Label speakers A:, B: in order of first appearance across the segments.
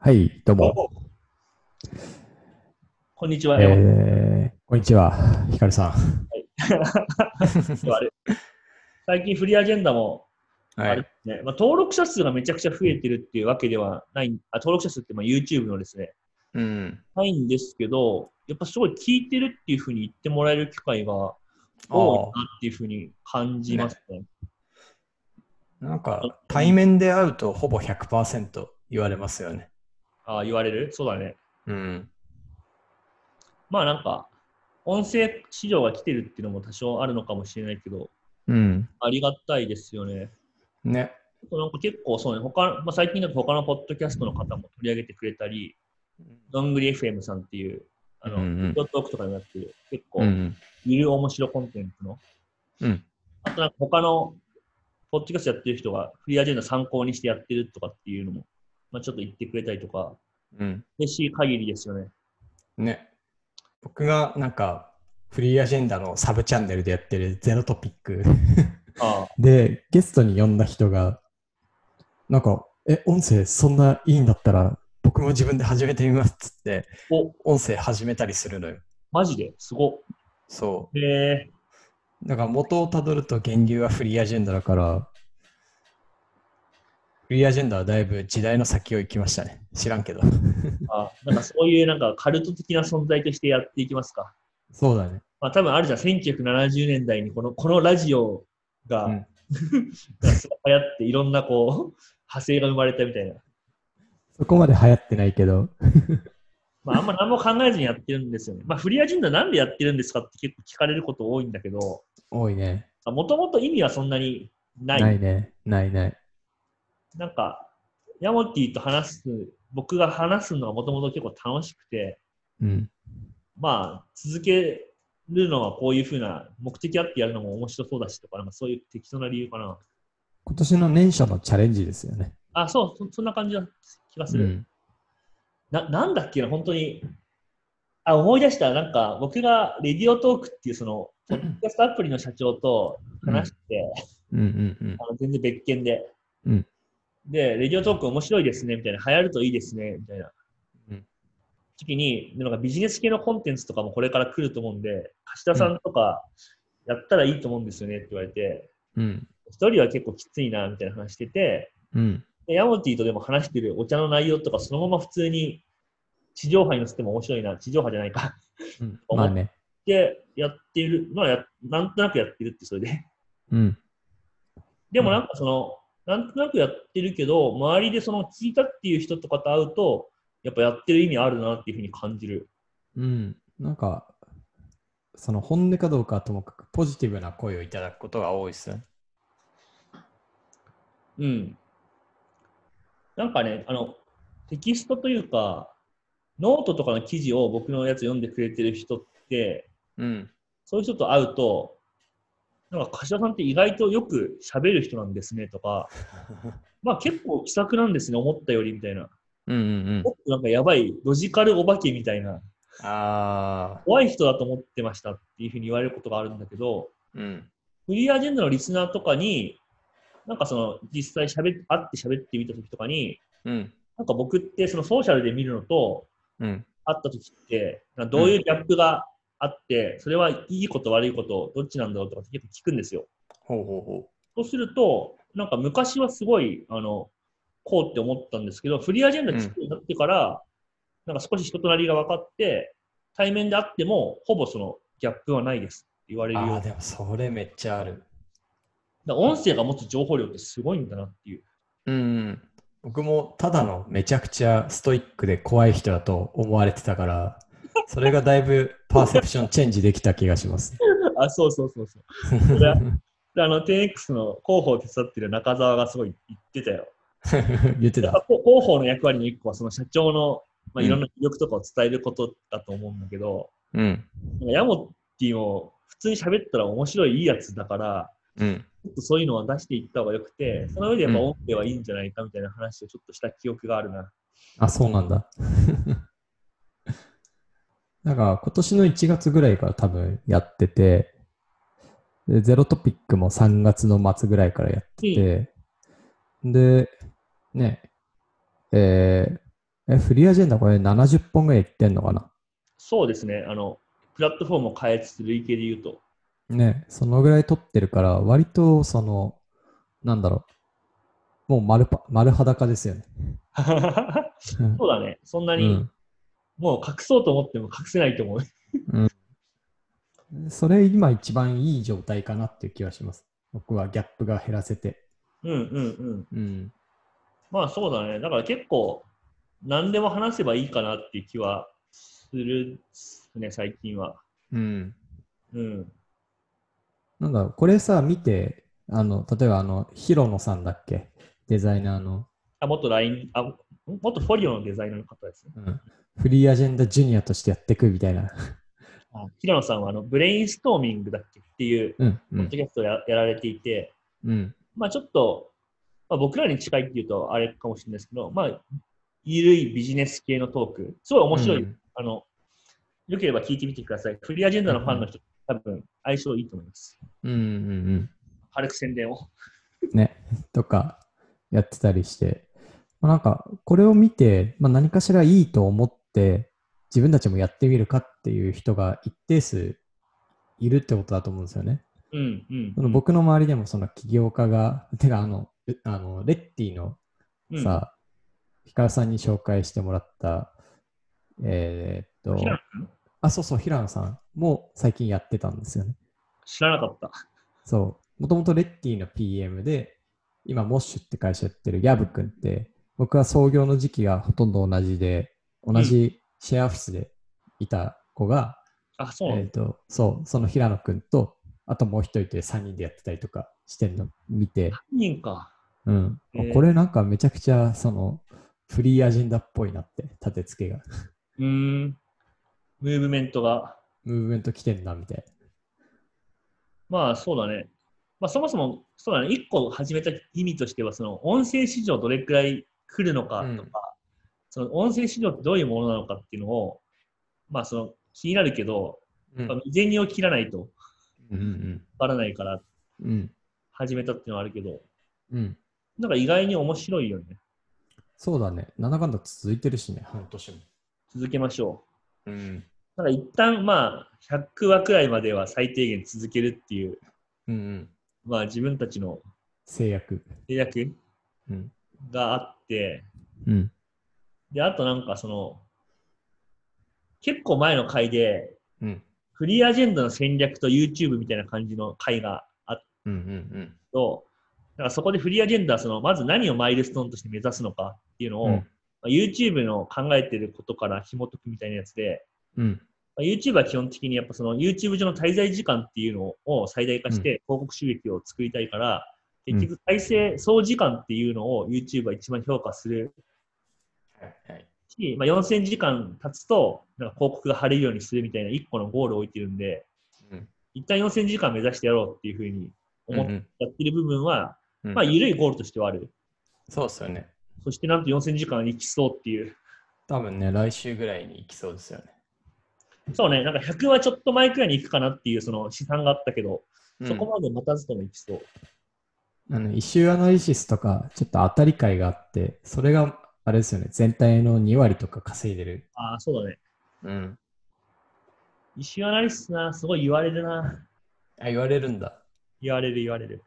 A: はい、どうも。
B: こんにちは、山
A: えー、こんにちは、ひかるさん。
B: 本あれ最近フリーアジェンダも、あ
C: は
B: れ
C: い
B: で。すねまあ、登録者数がめちゃくちゃ増えてるっていうわけではない、あ登録者数ってまあ YouTube のですね、
C: うん。
B: ないんですけど、やっぱすごい聞いてるっていうふうに言ってもらえる機会が多いなっていうふうに感じますね。
C: なんか、対面で会うとほぼ100%言われますよね。
B: ああ、言われるそうだね。
C: うん。
B: まあなんか、音声市場が来てるっていうのも多少あるのかもしれないけど、
C: うん。
B: ありがたいですよね。
C: ね。
B: なんか結構そうね、他まあ、最近だと他のポッドキャストの方も取り上げてくれたり、どんぐり FM さんっていう、あの、
C: うんうん
B: ドットークとかになってる、結構
C: う、ん。
B: ゆる面白コンテンツの、
C: うん。
B: あとなんか他の、ポッドキャストやってる人がフリーアジェンダ参考にしてやってるとかっていうのも、まあ、ちょっと言ってくれたりとか、
C: うん。
B: 嬉しい限りですよね。
C: ね。僕がなんか、フリーアジェンダのサブチャンネルでやってるゼロトピック
B: あ
A: で、ゲストに呼んだ人が、なんか、え、音声そんないいんだったら、僕も自分で始めてみますっつって、
B: あ、お、
C: 音声始めたりするのよ。
B: マジですご
C: そ
B: っ。へ
C: う。
B: え
C: だから元をたどると源流はフリーアジェンダだから、フリーアジェンダはだいぶ時代の先を行きましたね。知らんけど。
B: あなんかそういうなんかカルト的な存在としてやっていきますか。
C: そうだね。
B: まあ多分あるじゃん、1970年代にこのこのラジオが、
C: うん
B: がすごい流行っていろんなこう、派生が生まれたみたいな。
A: そこまで流行ってないけど、
B: まああんま何も考えずにやってるんですよね。まあフリーアジェンダなんでやってるんですかって結構聞かれること多いんだけど、
A: 多いね。
B: もともと意味はそんなにない。
A: ないね。ないない。
B: なんか、ヤモティと話す、僕が話すのがもともと結構楽しくて、
A: うん。
B: まあ、続けるのはこういうふうな目的あってやるのも面白そうだしとか、なんかそういう適当な理由かな。
A: 今年の年初のチャレンジですよね。
B: あ、そう、そそんな感じな気がす
C: う
B: る、
C: ん。
B: な。なんだっけな、本当に。あ、思い出した。なんか、僕がレディオトークっていう、その、ポッドキャストアプリの社長と話して、
C: うんうんうん。
B: あの全然別件で、
A: うん
B: で、レディオトーク面白いですね、みたいな。流行るといいですね、みたいな。
C: うん
B: 時に、なんかビジネス系のコンテンツとかもこれから来ると思うんで、柏田さんとかやったらいいと思うんですよねって言われて、
C: うん。
B: 一、人は結構きついな、みたいな話してて、
C: うん。
B: でヤモティとでも話してるお茶の内容とかそのまま普通に地上波に載せても面白いな、地上波じゃないか
C: うん。
A: まあね。
B: でやってるのはや、なんとなくやってるってそれで。
A: うん。
B: でもなんかその、なんとなくやってるけど、周りでその聞いたっていう人とかと会うと、やっぱやってる意味あるなっていうふうに感じる。
A: うん。なんか、その本音かどうかはともかく、ポジティブな声をいただくことが多いですね。
B: うん。なんかね、あの、テキストというか、ノートとかの記事を僕のやつ読んでくれてる人って、
C: うん。
B: そういう人と会うと、なんか、柏さんって意外とよく喋る人なんですねと か、まあ結構気さくなんですね、思ったよりみたいな。
C: うんうん
B: もっとなんかやばい、ロジカルお化けみたいな。
C: ああ。
B: 怖い人だと思ってましたっていうふうに言われることがあるんだけど、
C: うん。
B: フリーアジェンダのリスナーとかに、なんかその実際喋っ会って喋ってみた時とかに、
C: うん。
B: なんか僕ってそのソーシャルで見るのと
C: うん。
B: 会った時って、なんかどういうギャップがあって、それはいいこと悪いこと、どっちなんだろうとかって結構聞くんですよ。
C: ほうほうほ
B: そうすると、なんか昔はすごい、あの、こうって思ったんですけど、フリーアジェンダ聞くようになってから、なんか少し人となりが分かって、対面であっても、ほぼそのギャップはないですって言われ
C: う。
B: るように
C: あ
B: な
C: あ、でもそれめっちゃある。
B: だから音声が持つ情報量ってすごいんだなっていう。
C: うん。僕もただのめちゃくちゃストイックで怖い人だと思われてた から、それがだいぶパーセプションチェンジできた気がし ます。
B: あ、そうそうそうそう。れはであの、10X の広報を手伝ってる中澤がすごい言ってたよ。
C: 言って
B: やっぱ
C: た。
B: こう広報の役割の一個は、その社長の、ま
C: う
B: あ、
C: ん
B: いろんな魅力とかを伝えることだと思うんだけど、
C: うん。
B: なんかヤモティも普通に喋ったら面白いいいやつだから、
C: うん。
B: ちょっとそういうのは出していった方がよくて、その上でやっぱ音声はいいんじゃないかみたいな話をちょっとした記憶があるな。
A: あ、そうなん だ。なんか今年の1月ぐらいから多分やってて、でゼロトピックも3月の末ぐらいからやってて、で、ね、えー
C: え、フリーアジェンダこれ70本ぐらいいってんのかな
B: そうですね。あの、プラットフォームを変えつつ、累計で言うと。
C: ね、そのぐらい撮ってるから、割とその、なんだろう、もう丸パ丸裸ですよね。
B: そうだね。そんな
C: う
B: に、
C: ん
B: もう隠そうと思っても隠せないと思う。
C: それ今一番いい状態かなっていう気はします。僕はギャップが減らせて。
B: うんうんうん。
C: うん。
B: まあそうだね。だから結構、何でも話せばいいかなっていう気はするっすね、最近は。
C: うん。
B: うん。
C: なんだろう、これさ、見て、あの、例えばあの、ヒロノさんだっけデザイナーの、
B: あ、元 LINE、あ、元フォリオのデザイナーの方ですね。
C: うんフリーアジェンダジュニアとしてやっていくみたいな。
B: あ平野さんはあの、ブレインストーミングだっけっていう、
C: うん。
B: ポッドキャストをややられていて、
C: うん。
B: まあちょっと、まあ、僕らに近いっていうとあれかもしれないですけど、まあ、ゆるいビジネス系のトーク、すごい面白い。
C: うん
B: あの、よければ聞いてみてください。フリーアジェンダのファンの人、多分相性いいと思います。
C: うんうんうん。
B: 軽く宣伝を。
C: ね、とかやってたりして、まあ、なんかこれを見て、まあ、何かしらいいと思って自分たちもやってみるかっていう人が一定数いるってことだと思うんですよね。
B: うんうん。
C: その僕の周りでもその起業家が、 てかあの、うあのレッティの
B: うん、
C: さ、ヒカルさんに紹介してもらった、えーっと
B: 平野、
C: あ、そうそう、平野さんも最近やってたんですよね。
B: 知らなかった。
C: そう。もともとレッティの PM で、今、モッシュって会社やってるヤブ君って、僕は創業の時期がほとんど同じで、同じシェアオフィスでいた子が、
B: あ、そう
C: え
B: な
C: っ、
B: んだ。
C: と、そう、その平野君と、あともう一人で3人でやってたりとかしてるの見て、
B: 何人か。
C: うん。
B: えー
C: これなんかめちゃくちゃ、その、フリーアジェンダっぽいなって、立て付けが。
B: うーん。ムーブメントが。
C: ムーブメント来てんな、みたい
B: まあそうだね。まあそもそも、そうだね。一個始めた意味としては、その音声市場どれくらい来るのかとか、
C: うん
B: その音声市場ってどういうものなのかっていうのを、まあその気になるけど、
C: な。
B: まあ未然にを切らないとわ
C: うんうん
B: からないから
C: うん。うん。
B: 始めたっていうのはあるけど、
C: うん。
B: なんか意外に面白いよね。
C: そうだね。なんだかんだ続いてるしね、半年も。
B: 続けましょ
C: うん。
B: う。なんか一旦まあ100話くらいまでは最低限続けるっていう、
C: うんうん。
B: まあ自分たちの
C: 制約。
B: 制約
C: うん。
B: があって、
C: うん。
B: で、あとなんかその、結構前の回で、
C: うん。
B: フリーアジェンダの戦略と YouTube みたいな感じの回があった
C: うん。うん。
B: けど、だからそこでフリーアジェンダはその、まず何をマイルストーンとして目指すのかっていうのを、
C: うん
B: まあ YouTube の考えてることから紐解くみたいなやつで、
C: うん。
B: まあ YouTube は基本的にやっぱその YouTube 上の滞在時間っていうのを最大化して広告収益を作りたいから、
C: うん
B: 結局再生総時間っていうのを YouTube は一番評価する
C: はい。はい。
B: し、まあ、4000時間経つとなんか広告が貼れるようにするみたいな1個のゴールを置いてるんで、
C: うん
B: 一旦4000時間目指してやろうっていうふうに思って
C: ん
B: やってる部分は、
C: うん
B: まあ、緩いゴールとしてはある。
C: そうっすよね。
B: そしてなんと4000時間いきそうっていう。
C: 多分ね、来週ぐらいに行きそうですよね。
B: そうね、なんか100はちょっと前くらいに行くかなっていうその試算があったけど、そこまで待たずともいきそう。
C: あの、イシューアナリシスとか、ちょっと当たり会があって、それが、あれですよね、全体の2割とか稼いでる。
B: ああ、そうだね。
C: うん。
B: イシューアナリストな、すごい言われるな。
C: あ、言われるんだ。
B: 言われる言われる。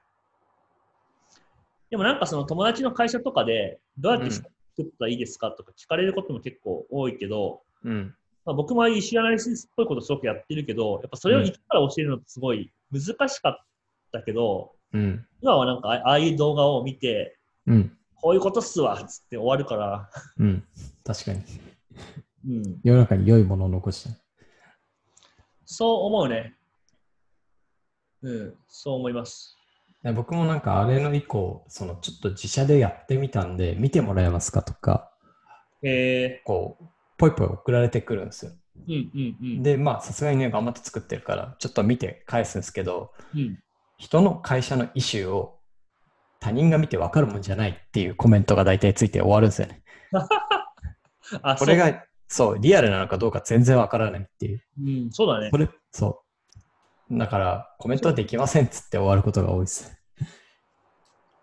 B: でもなんかその友達の会社とかで、どうやって作ったらいいですかとか聞かれることも結構多いけど、
C: うん。
B: まあ、僕もイシューアナリストっぽいことすごくやってるけど、やっぱそれを一から教えるのってすごい難しかったけど、
C: うん。
B: 今はなんかあああいう動画を見て、
C: うん。
B: こういうことっすわっつって終わるから、
C: うん。確かに。
B: うん、
C: 世の中に良いものを残したい。
B: そう思うね。うん、そう思います。
C: ね僕もなんかあれの以降、そのちょっと自社でやってみたんで、見てもらえますかとか、
B: え
C: こう、ぽいぽい送られてくるんですよ。
B: ー、うんうんうん。
C: で、まあ、さすがにね、頑張って作ってるから、ちょっと見て返すんですけど、
B: うん
C: 人の会社のイシューを他人が見て分かるもんじゃないっていうコメントが大体ついて終わるんですよね。
B: あ、
C: これ
B: そう、
C: が、そう、リアルなのかどうか全然分からないっていう。
B: うん、そうだね
C: こ。れ、そう。だから、コメントはできませんっつって終わることが多いです。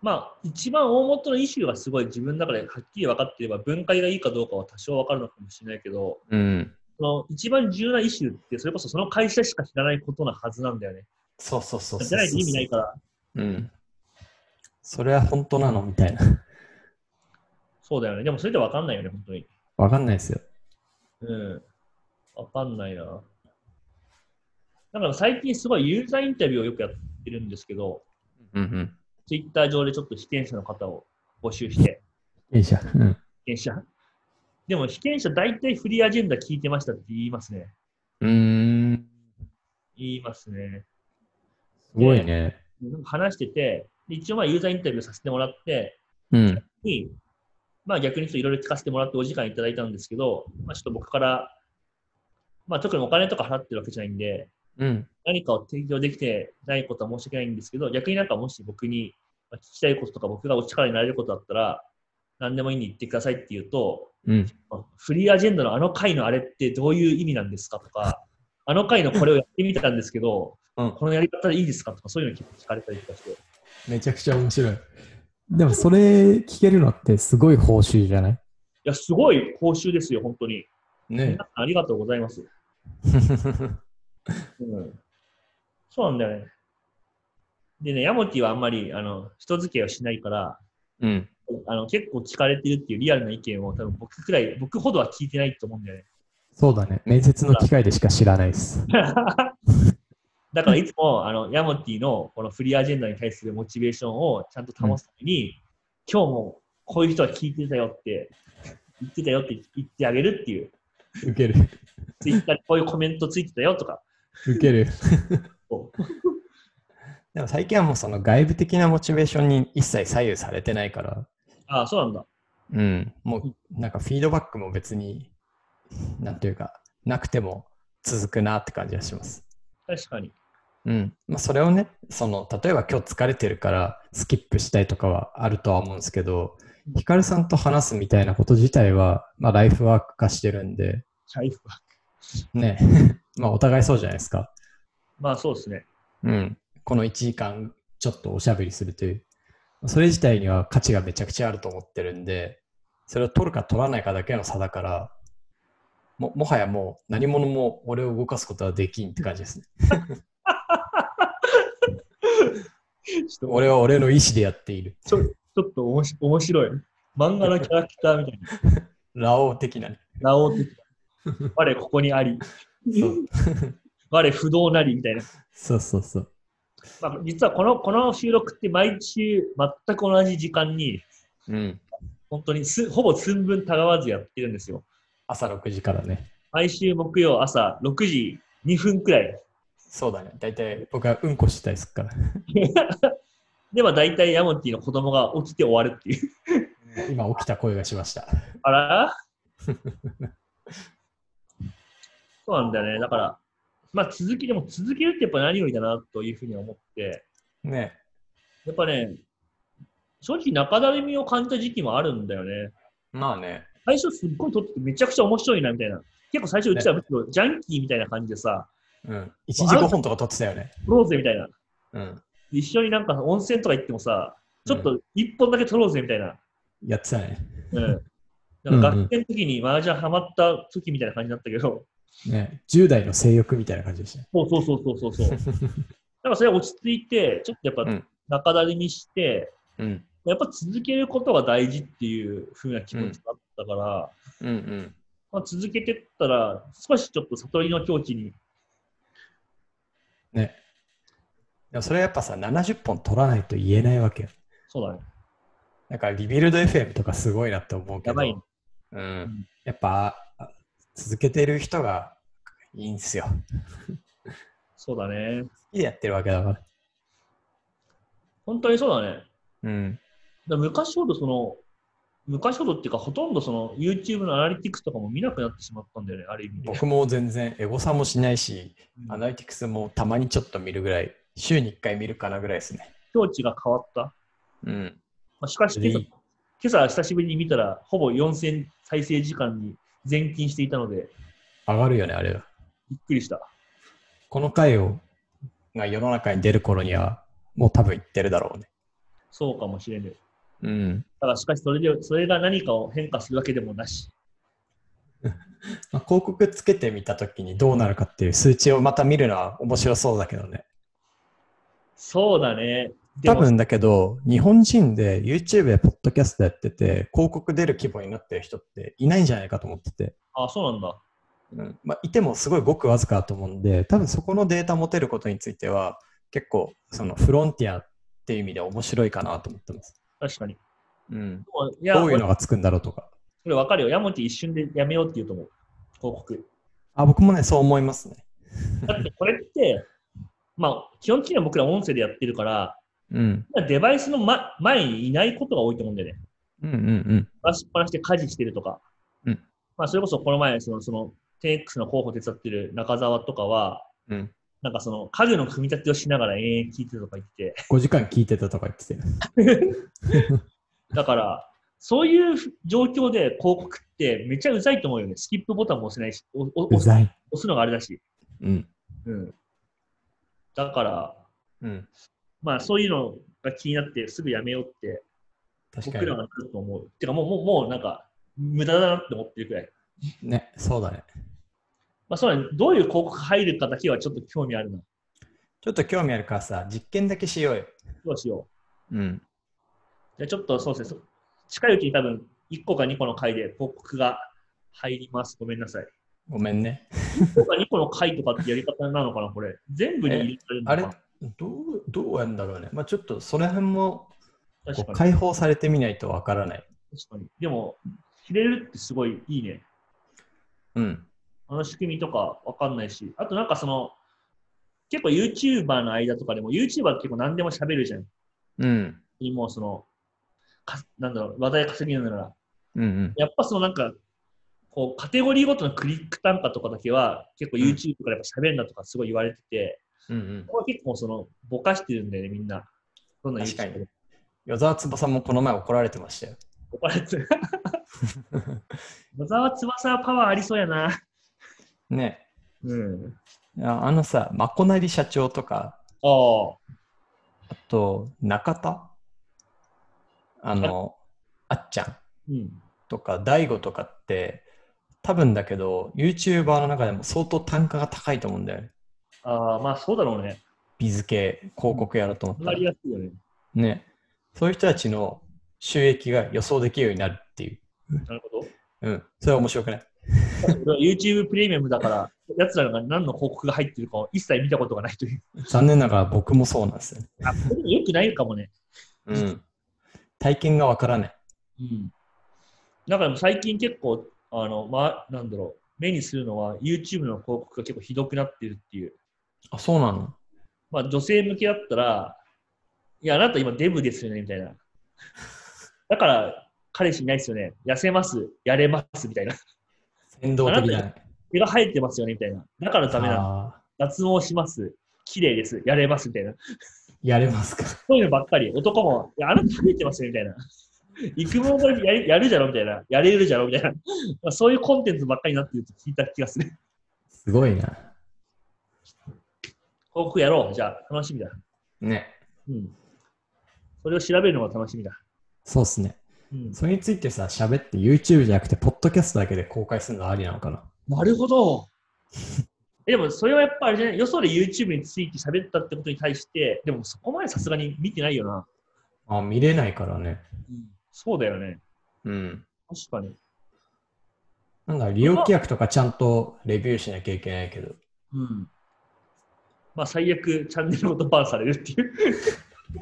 B: まあ、一番大元のイシューがすごい自分の中ではっきり分かっていれば、分解がいいかどうかは多少分かるのかもしれないけど、
D: うん。
B: その一番重要なイシューって、それこそその会社しか知らないことなはずなんだよね。
C: そうそうそうそう
B: じゃないと意味ないから、
D: うん。
C: それは本当なのみたいな。
B: そうだよね。でもそれで分かんないよね、本当に。
C: わかんないですよ。
B: うん。わかんないな。だから最近すごいユーザーインタビューをよくやってるんですけど、
D: うんうん。
B: ツイッター上でちょっと被験者の方を募集して、
C: いいじゃん。うん。
B: 被験者でも被験者大体フリーアジェンダ聞いてましたって言いますね。
D: うーん。
B: 言いますね。
D: すごいね。
B: なんか話してて、で一応まあユーザーインタビューさせてもらって、
D: うん。
B: に、まあ逆にちょっといろいろ聞かせてもらってお時間いただいたんですけど、まあちょっと僕から、まあ特にお金とか払ってるわけじゃないんで、
D: うん。
B: 何かを提供できてないことは申し訳ないんですけど、逆になんかもし僕にまあ聞きたいこととか僕がお力になれることだったら、何でもいいんで言ってくださいって言うと、
D: うん。
B: あフリーアジェンダのあの回のあれってどういう意味なんですかとか、あの回のこれをやってみたんですけど、
C: うん
B: このやり方でいいですかとか、そういうの結構聞かれたりとかして。
C: めちゃくちゃ面白い。
E: でもそれ聞けるのってすごい報酬じゃない
B: いや、すごい報酬ですよ、本当に。
C: ね
B: 皆さんありがとうございます。うん、そうなんだよね。でね、ヤモティはあんまりあの人付き合いをしないから、
D: うん。
B: あの結構聞かれてるっていうリアルな意見を多分僕くらい、僕ほどは聞いてないと思うんだよね。
E: そうだね。面接の機会でしか知らないです。
B: だからいつもあのヤモティのこのフリーアジェンダに対するモチベーションをちゃんと保つために、今日もこういう人は聞いてたよって、言ってたよって言ってあげるっていう、
C: 受ける。
B: ツイッターでこういうコメントついてたよとか、
C: 受ける。
B: こう
C: でも最近はもうその外部的なモチベーションに一切左右されてないから、
B: ああ、そうなんだ。
D: うん。
C: もうなんかフィードバックも別に、なんというか、なくても続くなって感じがします。
B: 確かに。
C: うん。まあそれをね、その、例えば今日疲れてるからスキップしたいとかはあるとは思うんですけど、ヒカルさんと話すみたいなこと自体は、まあライフワーク化してるんで、
B: 財布は。
C: ね、 まあお互いそうじゃないですか。
B: まあそうですね。
C: うん、この1時間ちょっとおしゃべりするという、それ自体には価値がめちゃくちゃあると思ってるんで、それを取るか取らないかだけの差だから、ももはやもう何者も俺を動かすことはできんって感じですね。
B: ちょっと
C: 俺は俺の意思でやっている。
B: ちょっとおもし面白い。漫画のキャラクターみたいな。
C: ラオウ的なね。
B: ラオウ的な。我ここにあり。
C: そう
B: 我不動なりみたいな。
C: そうそうそう。
B: まあ、実はこのこの収録って毎週全く同じ時間に、
D: うん。
B: 本当にすほぼ寸分たがわずやってるんですよ。
C: 朝6時からね。
B: 毎週木曜朝6時2分くらい。
C: そうだね。大体僕はうんこしてたりするから。
B: で、まあ大体ヤモティの子供が起きて終わるっていう。
C: 今起きた声がしました。
B: あら そうなんだよね。だから、まあ続き、でも続けるってやっぱ何よりだなというふうには思って、
C: ね。
B: やっぱね、正直中だるみを感じた時期もあるんだよね。
C: まあね。
B: 最初すっごい撮っててめちゃくちゃ面白いなみたいな。結構最初うちはむしろジャンキーみたいな感じでさ、
C: うん。1時5本とか撮ってたよね。
B: 撮ろうぜみたいな。
C: うん。
B: 一緒になんか温泉とか行ってもさ、ちょっと一本だけ撮ろうぜみたいな。
C: やってたね。
B: うん。なんか
C: うんうん
B: 学生の時に麻雀ハマった時みたいな感じだったけど、
C: ね。10代の性欲みたいな感じでしたね。
B: そうそうそうそうそうそう。だからそれ落ち着いて、ちょっとやっ
D: うん
B: ぱ中だりにして、
D: うん。
B: やっぱ続けることが大事っていう風な気持ちがあったから、
D: うん。うん。
B: まあ、続けてったら、少しちょっと悟りの境地に、
C: ね。でもそれはやっぱさ、70本取らないと言えないわけよ。
B: そうだね、
C: だからリビルド FM とかすごいなって思うけど、
B: やばいね
D: うん。
C: やっぱあ続けてる人がいいんすよ。好
B: そうだね。
C: きでやってるわけだから。
B: 本当にそうだね。
D: うん。
B: だから昔ほどその、昔ほどっていうか、ほとんどその YouTube のアナリティクスとかも見なくなってしまったんだよね、ある意味で。
C: 僕も全然エゴサもしないし、
B: うん
C: アナリティクスもたまにちょっと見るぐらい、週に1回見るかなぐらいですね。
B: 境地が変わった。
D: うん。
B: まあ、しかし今朝、
C: いい
B: 今朝久しぶりに見たら、ほぼ4000再生時間に前勤していたので、
C: 上がるよね、あれは。
B: びっくりした。
C: この回をが世の中に出る頃には、もう多分行ってるだろうね。
B: そうかもしれない。
F: うん。
B: ただしかしそれで、それが何かを変化するわけでもなし。
C: まあ、広告つけてみたときにどうなるかっていう数値をまた見るのは面白そうだけどね。
B: そうだね。で
C: 多
B: も、
C: 分だけど、日本人で YouTube やポッドキャストやってて、広告出る規模になってる人っていないんじゃないかと思ってて、
B: あ、そうなんだ。
F: うん。
C: まあ、いてもすごいごくわずかだと思うんで、多分そこのデータ持てることについては、結構そのフロンティアっていう意味で面白いかなと思ってます。
B: 確かに。
F: うん。
B: でもいや、
C: どういう
B: 俺
C: のがつくんだろうとか。
B: これ分かるよ。ヤモティ一瞬でやめようって言うと思う。広告。
C: あ、僕もね、そう思いますね。
B: だってこれって、 まあ、基本的には僕ら音声でやってるから、
F: うん。
B: デバイスの、ま、前にいないことが多いと思うんだよね。
F: うん。うん。
B: 出しっぱなしで家事してるとか。
F: うん
B: まあ、それこそこの前、その、その、10X の候補手伝ってる中澤とかは、
F: うん。
B: なんかその、家具の組み立てをしながら延々聞いてるとか言ってて、
C: 5時間聞いてたとか言ってて。
B: だから、そういう状況で広告ってめっちゃうざいと思うよね。スキップボタンも押せないし、おお
C: う
B: 押
C: ざい。
B: すのがあれだし。
F: うん。
B: うん。だから、
F: うん。
B: まあそういうのが気になってすぐやめようって
C: 確か
B: 僕ら
C: に。
B: が来ると思う。てかもう、もう、もうなんか無駄だなって思ってるくらい。
C: ね、そうだね。
B: まあそうだね。どういう広告入るかだけはちょっと興味あるな。
C: ちょっと興味あるからさ、実験だけしようよ。
B: どうしよ
F: うん。
B: う。じゃあちょっとそうですね。近いうちに多分1個か2個の回で広告が入ります。ごめんなさい。
C: ごめんね。
B: 1個か2個の回とかってやり方なのかな、これ。全部に入れられる
C: あ
B: のか
C: れ
B: な。
C: どう、どうやんだろうね。まあちょっとその辺もこ
B: 確
C: う
B: かに。
C: 解放されてみないとわからない。
B: 確かに。でも、入れるってすごいいいね。
F: うん。
B: あの仕組みとかわかんないし、あとなんかその、結構 YouTuber の間とかでも、YouTuber って結構何でも喋るじゃん。
F: うん。
B: もうその、かなんだろう、話題稼ぎながら。
F: うん。
B: やっぱそのなんか、こう、カテゴリーごとのクリック単価とかだけは、結構 YouTube からやっぱ喋るなとかすごい言われてて、
F: うん。
B: ここは結構その、ぼかしてるんだよね、みんな。どんな
F: 確
B: YouTuber
F: か
B: でも
C: 与沢翼もこの前怒られてました よ。
B: ぼかれてる。野沢翼はパワーありそうやな。
F: ね。
B: うん。
C: ああのさ、まこなり社長とか、
B: ああ、
C: あと中田あの、あっちゃん
B: うん。
C: とか、大悟とかって、多分だけど、YouTuber の中でも相当単価が高いと思うんだよね。
B: ああ、まあそうだろうね。
C: ビズ系、広告やろうと思った
B: わからり。やすいよね。
C: ね。そういう人たちの収益が予想できるようになるっていう。
B: なる ほど。
C: うん。それは面白くない
B: YouTube プレミアムだから、やつらが何の報告が入ってるかを一切見たことがないという。
C: 残念ながら僕もそうなんですよね。
B: あ、これよくないかもね。
F: うん。
C: 体験がわからない。
B: うん。だから最近結構、あの、まあ、なんだろう、目にするのは YouTube の広告が結構ひどくなってるっていう。
C: あ、そうなの
B: まあ、女性向けだったら、いや、あなた今デブですよね、みたいな。だから、彼氏いないですよね。痩せます、やれます、みたいな。
C: 先導的
B: あ
C: な。
B: 毛が生えてますよね、みたいな。だからダメなの。
C: あ
B: 脱毛します。綺麗です。やれます、みたいな。
C: ーやれますか。
B: そういうのばっかり、男も、いやあなた増えてますよみたいな。 育毛がやりやるじゃろみたいな。やれるじゃろみたいな。 まあそういうコンテンツばっかりになってると聞いた気がする。
C: すごいな。
B: 広告やろう。じゃあ、楽しみだ。
F: ね。
B: うん。それを調べるのが楽しみだ。
C: そうっすね。
B: うん。
C: それについてさ、喋って YouTube じゃなくて、ポッドキャストだけで公開するのありなのかな
B: なるほど。 でも、それはやっぱあれじゃない。よそで YouTube について喋ったってことに対して、でもそこまでさすがに見てないよな。
C: あ、見れないからね。
B: うん。そうだよね。
F: うん。
B: 確かに。
C: なんだ、利用規約とかちゃんとレビューしなきゃいけないけど。
B: うん。まあ、最悪、チャンネルごとバンされるっていう。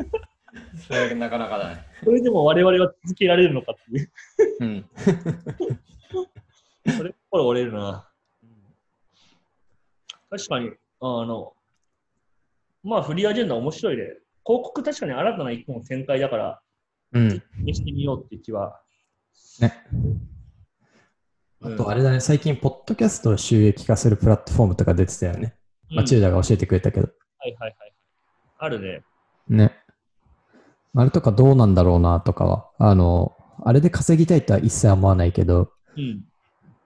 F: それなかなかだね。
B: それでも我々は続けられるのかっ ていう。
F: うん。
B: それ心折れるな。確かに、あの、まあ、フリーアジェンダ面白いで、広告確かに新たな一個の展開だから、
F: うん。
B: 試してみようって気は。
C: あと、あれだね、最近、ポッドキャストを収益化するプラットフォームとか出てたよね。マチ
B: う
C: ュ
B: ん
C: ーダが教えてくれたけど。
B: はいはいはい。あるね。
C: ね。あれとかどうなんだろうなとかは、あの、あれで稼ぎたいとは一切思わないけど、
B: うん。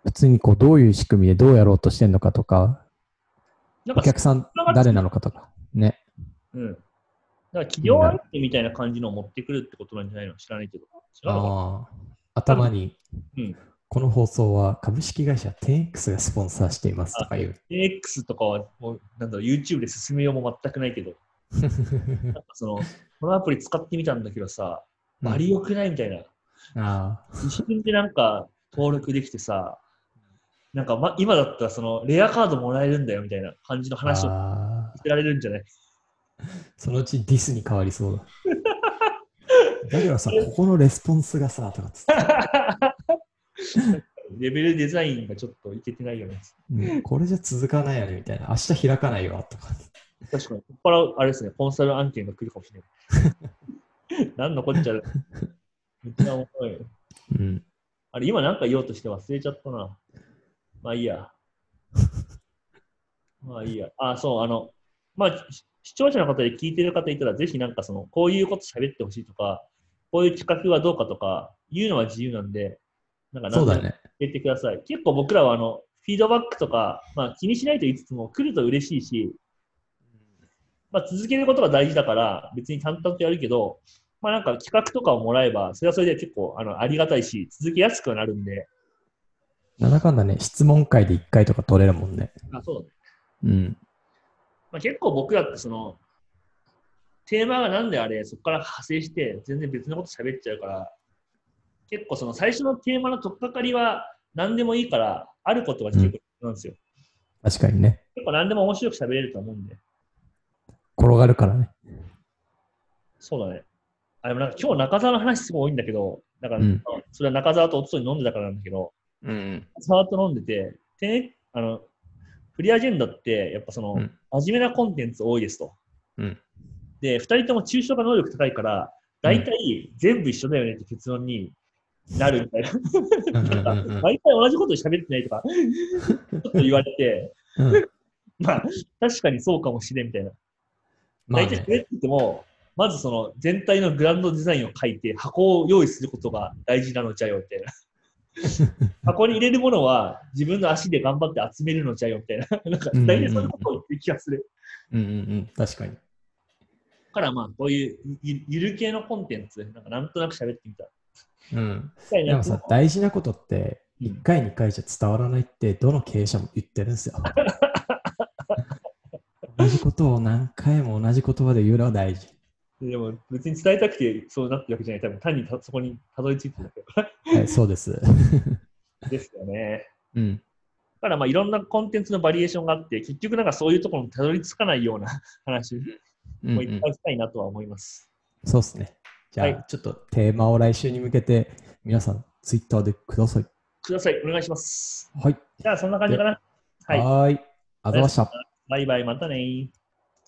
C: 普通にこう、どういう仕組みでどうやろうとしてるのかとか、
B: なん
C: お
B: か、
C: 客さん誰なのかとか、ね。
B: うん。だから企業相手みたいな感じのを持ってくるってことなんじゃないの知らないけど。違うのかな
C: ああ頭に、
B: うん
C: この放送は株式会社 10X がスポンサーしていますとか言う。
B: AX とかはもうなんだろう YouTube で進めようも全くないけど、なんかその このアプリ使ってみたんだけどさ、
C: うん
B: ありよくないみたいな。
C: ああ
B: 一瞬でなんか登録できてさ、なんか、ま、今だったらそのレアカードもらえるんだよみたいな感じの話をさ
C: ああ
B: せられるんじゃない
C: そのうちディスに変わりそうだ。だけどさ、ここのレスポンスがさ、とかつって、
B: レベルデザインがちょっといけてないよね。
C: うんこれじゃ続かないよねみたいな、明日開かないわとか。
B: 確かに、ここからあれですね、コンサル案件が来るかもしれ ない。なんのこっちゃ、めっちゃ面白い。
C: うん、
B: あれ、今なんか言おうとして忘れちゃったな。まあいいや。 まあいいや。あ、そう、あの、まあ、し視聴者の方で聞いてる方いたら、ぜひなんかその、こういうこと喋ってほしいとか、こういう企画はどうかとか、言うのは自由なんで、なんか
C: そ
B: 何
C: うだ
B: でも
C: ね。
B: 言ってください。結構僕らはあの、フィードバックとか、まあ気にしないと言いつつも、来ると嬉しいし、まあ、続けることが大事だから、別に淡々とやるけど、まあ、なんか企画とかをもらえば、それはそれで結構あのありがたいし、続けやすくはなるんで、
C: なんだかんだね、質問会で1回とか取れるもんね。
B: あそうだね
C: うん。
B: まあ、結構僕らってその、テーマがなんであれ、そこから派生して、全然別のこと喋っちゃうから、結構その最初のテーマの取っかかりは何でもいいから、あることが結構なんですよ。
C: 確かにね。
B: 結構何でも面白く喋れると思うんで、
C: 転がるからね。
B: そうだね。あ、でもなんか今日中澤の話すごい多いんだけど、だから、
C: うん
B: それは中澤とおつとに飲んでたからなんだけど、
G: うん。
B: サート飲んでて、てあのフリーアジェンダって、やっぱその、
G: うん
B: 真面目なコンテンツ多いですと。
G: うん
B: で、2人とも抽象化能力高いから、大体全部一緒だよねって結論になるみたいな。なんか毎回同じこと喋ってないとか、ちょっと言われて、
C: うん。
B: まあ、確かにそうかもしれんみたいな。
C: まあ
B: 大体喋っ
C: ね、
B: てても、まずその全体のグランドデザインを書いて、箱を用意することが大事なのじゃよみたい な。箱に入れるものは自分の足で頑張って集めるのじゃよみたいな。なんか大体そういうことを言ってる気がする。
C: うんうんうん。確かに。
B: からまあ、こういうゆゆる系のコンテンツ、なんかなんとなく喋ってみた。
C: うん。
B: みたい
C: で
B: な
C: もさ、大事なことって、
B: うん
C: 1回2回じゃ伝わらないって、どの経営者も言ってるん ですよ。同じことを何回も同じ言葉で言うのは大事。
B: でも別に伝えたくてそうなってるわけじゃない。多分単にたそこにたどり着いてるだけ
C: はい、そうです。
B: ですよね。
C: うん。
B: だからまあいろんなコンテンツのバリエーションがあって、結局なんかそういうところにたどり着かない ような話
G: うん
B: もいっぱいしたいなとは思います。
C: そうっすね。じゃあ、
B: はい
C: ちょっとテーマを来週に向けて、皆さん、ツイッターでください。
B: ください。お願いします。
C: はい。
B: じゃあ、そんな感じかな。はい。
C: はーい。あざました。
B: バイバイ。またねー。